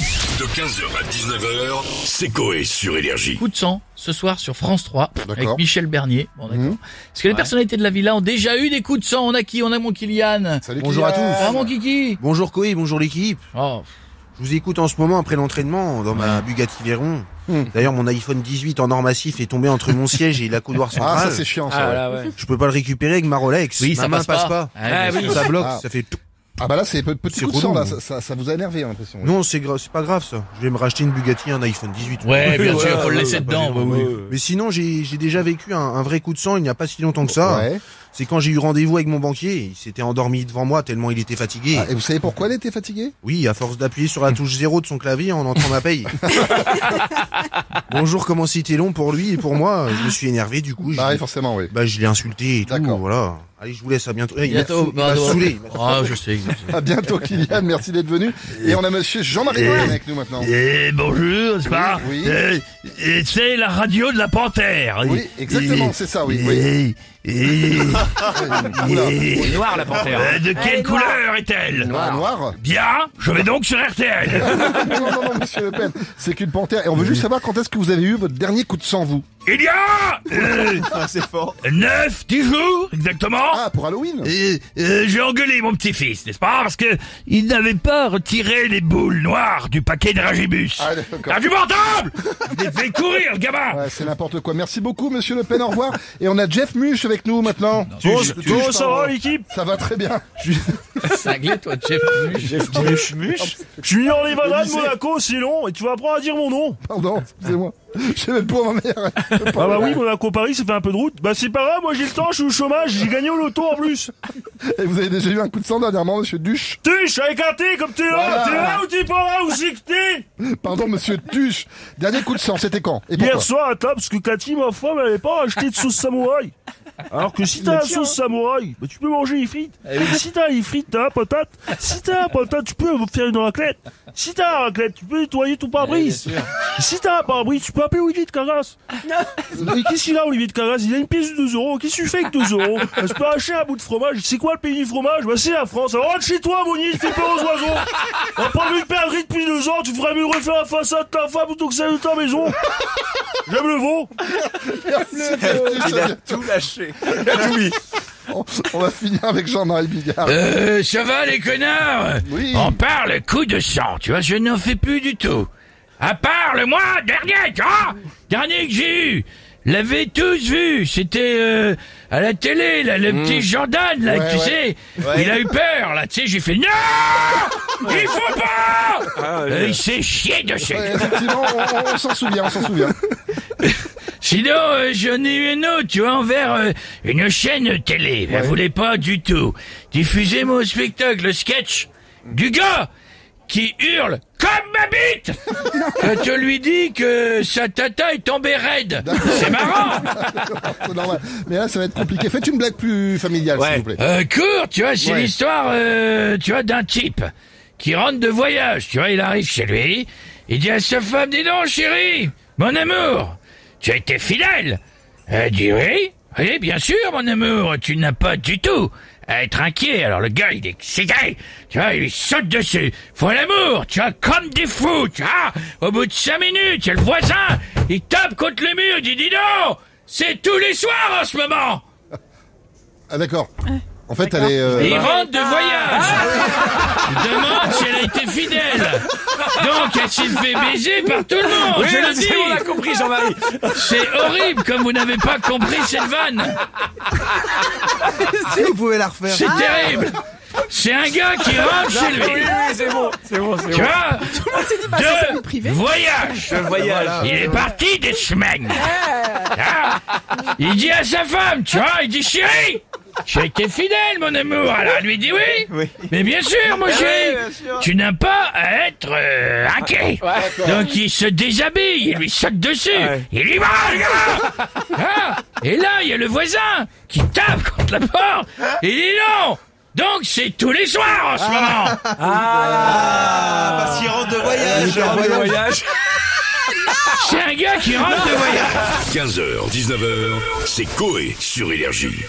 De 15h à 19h, c'est Coé sur Énergie. Coup de sang ce soir sur France 3 avec D'accord. Mhm. Michel Bernier. Bon, d'accord. Parce que les personnalités de la villa ont déjà eu des coups de sang. On a qui On a mon Kylian. Salut Bonjour à Kylian. Ah mon Kiki. Bonjour Koé, bonjour l'équipe. Oh, Je vous écoute en ce moment après l'entraînement dans ma Bugatti Veyron. Hmm. D'ailleurs mon iPhone 18 en or massif est tombé entre mon siège et la couloir Ah, ça centrale. c'est chiant, ça. Ah ouais. là, ouais. je peux pas le récupérer avec ma Rolex. oui, ma ça main passe pas. Ah, bien oui. sûr. Ça bloque, Ah. ça fait tout. Ah bah là, c'est pe- petit C'est coup de sang, là. relou. Ça, ça, ça vous a énervé, j'ai l'impression. oui. Non, c'est gra- c'est pas grave ça. Je vais me racheter une Bugatti et un iPhone 18. Ouais, bien Ouais, sûr, faut le ouais, laisser ouais, dedans. pas oui, oui. Mais sinon, j'ai j'ai déjà vécu un, un vrai coup de sang il n'y a pas si longtemps que ça. Ouais. C'est quand j'ai eu rendez-vous avec mon banquier. Il s'était endormi devant moi tellement il était fatigué. Ah, et vous savez pourquoi elle était fatiguée Oui, à force d'appuyer sur la touche zéro de son clavier en entrant ma paye. Bonjour, comment c'était long pour lui et pour moi Je me suis énervé du coup. je- Bah oui, forcément, oui. bah, je l'ai insulté et tout. D'accord. Voilà. Allez, je vous laisse à bientôt. Oh, Eh, il m'a- Bientôt, il m'a pardon. saoulé. Ah, je sais. je sais. À bientôt, Kylian. Merci d'être venu. Et on a monsieur Jean-Marie Et- Morin avec nous maintenant. Eh bonjour, c'est pas Oui. Eh, eh, C'est la radio de la panthère. Oui, exactement, Eh, c'est ça, oui, oui. eh, eh, Oula. eh, Il est noir la panthère. hein. euh, de quelle couleur est-elle Noir. Ah, Noir Bien, je vais donc sur RTL. Non, non, non, monsieur Le Pen. C'est qu'une panthère. Et on veut juste savoir quand est-ce que vous avez eu votre dernier coup de sang, vous Il y a euh, c'est fort. 9, 10 jours exactement. Ah, pour Halloween Euh, euh, J'ai engueulé mon petit-fils, n'est-ce pas Parce que il n'avait pas retiré les boules noires du paquet de Ragibus. Ah, d'accord. T'as du portable Je l'ai fait courir, le gamin Ouais, c'est n'importe quoi. Merci beaucoup, monsieur Le Pen. Au revoir. Et on a Jeff Muche avec nous maintenant. Bonjour, Bonjour, ça va, l'équipe Ça va très bien. Cinglé, toi, Jeff. Je suis en Levada de lycée. Monaco, c'est long, et tu vas apprendre à dire mon nom. Pardon, excusez-moi. Je sais même pas où m'en venir. Ah bah oui, Monaco-Paris, ça fait un peu de route. Bah c'est pas grave, moi j'ai le temps, je suis au chômage, j'ai gagné au loto en plus. Et vous avez déjà eu un coup de sang dernièrement, monsieur Duche Tuche, avec un T comme t'es Voilà. là, Ah, t'es là ou t'es pas là, où c'est que t'es Pardon, monsieur Duche. Dernier coup de sang, c'était quand Et pourquoi Hier soir à table, parce que Cathy, ma femme, elle avait pas acheté de sauce samouraï. Alors que si t'as la sauce samouraï, bah tu peux manger les frites. Si t'as les frites, t'as la patate. Si t'as la patate, tu peux faire une raclette. Si t'as la raclette, tu peux nettoyer ton pare-brise. Si t'as un pare-brise, tu peux appeler Olivier de Cargas. Mais qu'est-ce qu'il a, Olivier de Cargas Il a une pièce de 2 euros. Qu'est-ce que tu fais avec 2 euros Bah, Je peux acheter un bout de fromage. C'est quoi le pays du fromage Bah, c'est la France. Alors rentre chez toi, Monier, fais peur aux oiseaux. On pas vu de perdre depuis 2 ans. Tu ferais mieux de refaire la façade de ta femme plutôt que celle de ta maison. J'aime le veau. Il a tout lâché. On, on va finir avec Jean-Marie Bigard. Euh, ça va, les connards Oui. On parle coup de sang, tu vois, je n'en fais plus du tout. À part le mois dernier, tu vois Dernier que j'ai eu L'avez tous vu, c'était euh, à la télé, là, Mmh. le petit Jordan, là, tu sais, il a eu peur, là, tu sais, j'ai fait non, il faut pas, Euh, il s'est chié de chez. Ah, Ouais, effectivement, on, on- on s'en souvient, on s'en souvient. Sinon, euh, j'en ai eu une autre, tu vois, envers euh, une chaîne télé. Elle voulait pas du tout diffuser mon spectacle, le sketch du gars qui hurle comme ma bite quand on lui dit que sa tata est tombée raide. C'est marrant. C'est normal. Mais là, ça va être compliqué. Faites une blague plus familiale, s'il vous plaît. Euh, court, tu vois, c'est l'histoire, euh, tu vois, d'un type qui rentre de voyage, tu vois, il arrive chez lui, il dit à sa femme, dis donc, chérie, mon amour, tu as été fidèle. Elle dit oui, oui, bien sûr, mon amour, tu n'as pas du tout à être inquiet. Alors le gars, il est excité, tu vois, il lui saute dessus. Faut l'amour, tu vois, comme des fous, tu vois. Au bout de cinq minutes, il y a le voisin, il tape contre le mur, il dit, dis donc, c'est tous les soirs en ce moment. Ah, d'accord. En fait, elle est. euh, Bah, Il rentre de voyage. Ah Je demande si elle a été fidèle. Donc elle s'est fait baiser par tout le monde. je le dis. on a compris Jean-Marie. C'est horrible comme vous n'avez pas compris cette vanne. Si Ah, vous pouvez la refaire. C'est terrible. C'est un gars qui rentre chez lui. c'est bon, c'est bon, c'est Tu vois vie De privée. voyage. Le voyage. Il est parti des semaines. Ah. Il dit à sa femme, tu vois, il dit chérie, j'ai été fidèle, mon amour. Alors elle lui dit oui. Mais bien sûr, mon chéri, tu n'as pas à être euh, inquiet. Donc il se déshabille, il lui saute dessus, il lui va, le gars. Ah. Et là, il y a le voisin qui tape contre la porte. Il dit non. Donc c'est tous les soirs en ce moment. parce qu'il rentre de voyage. Ah, C'est un gars qui rentre de voyage. 15h, 19h, c'est Coé sur Énergie.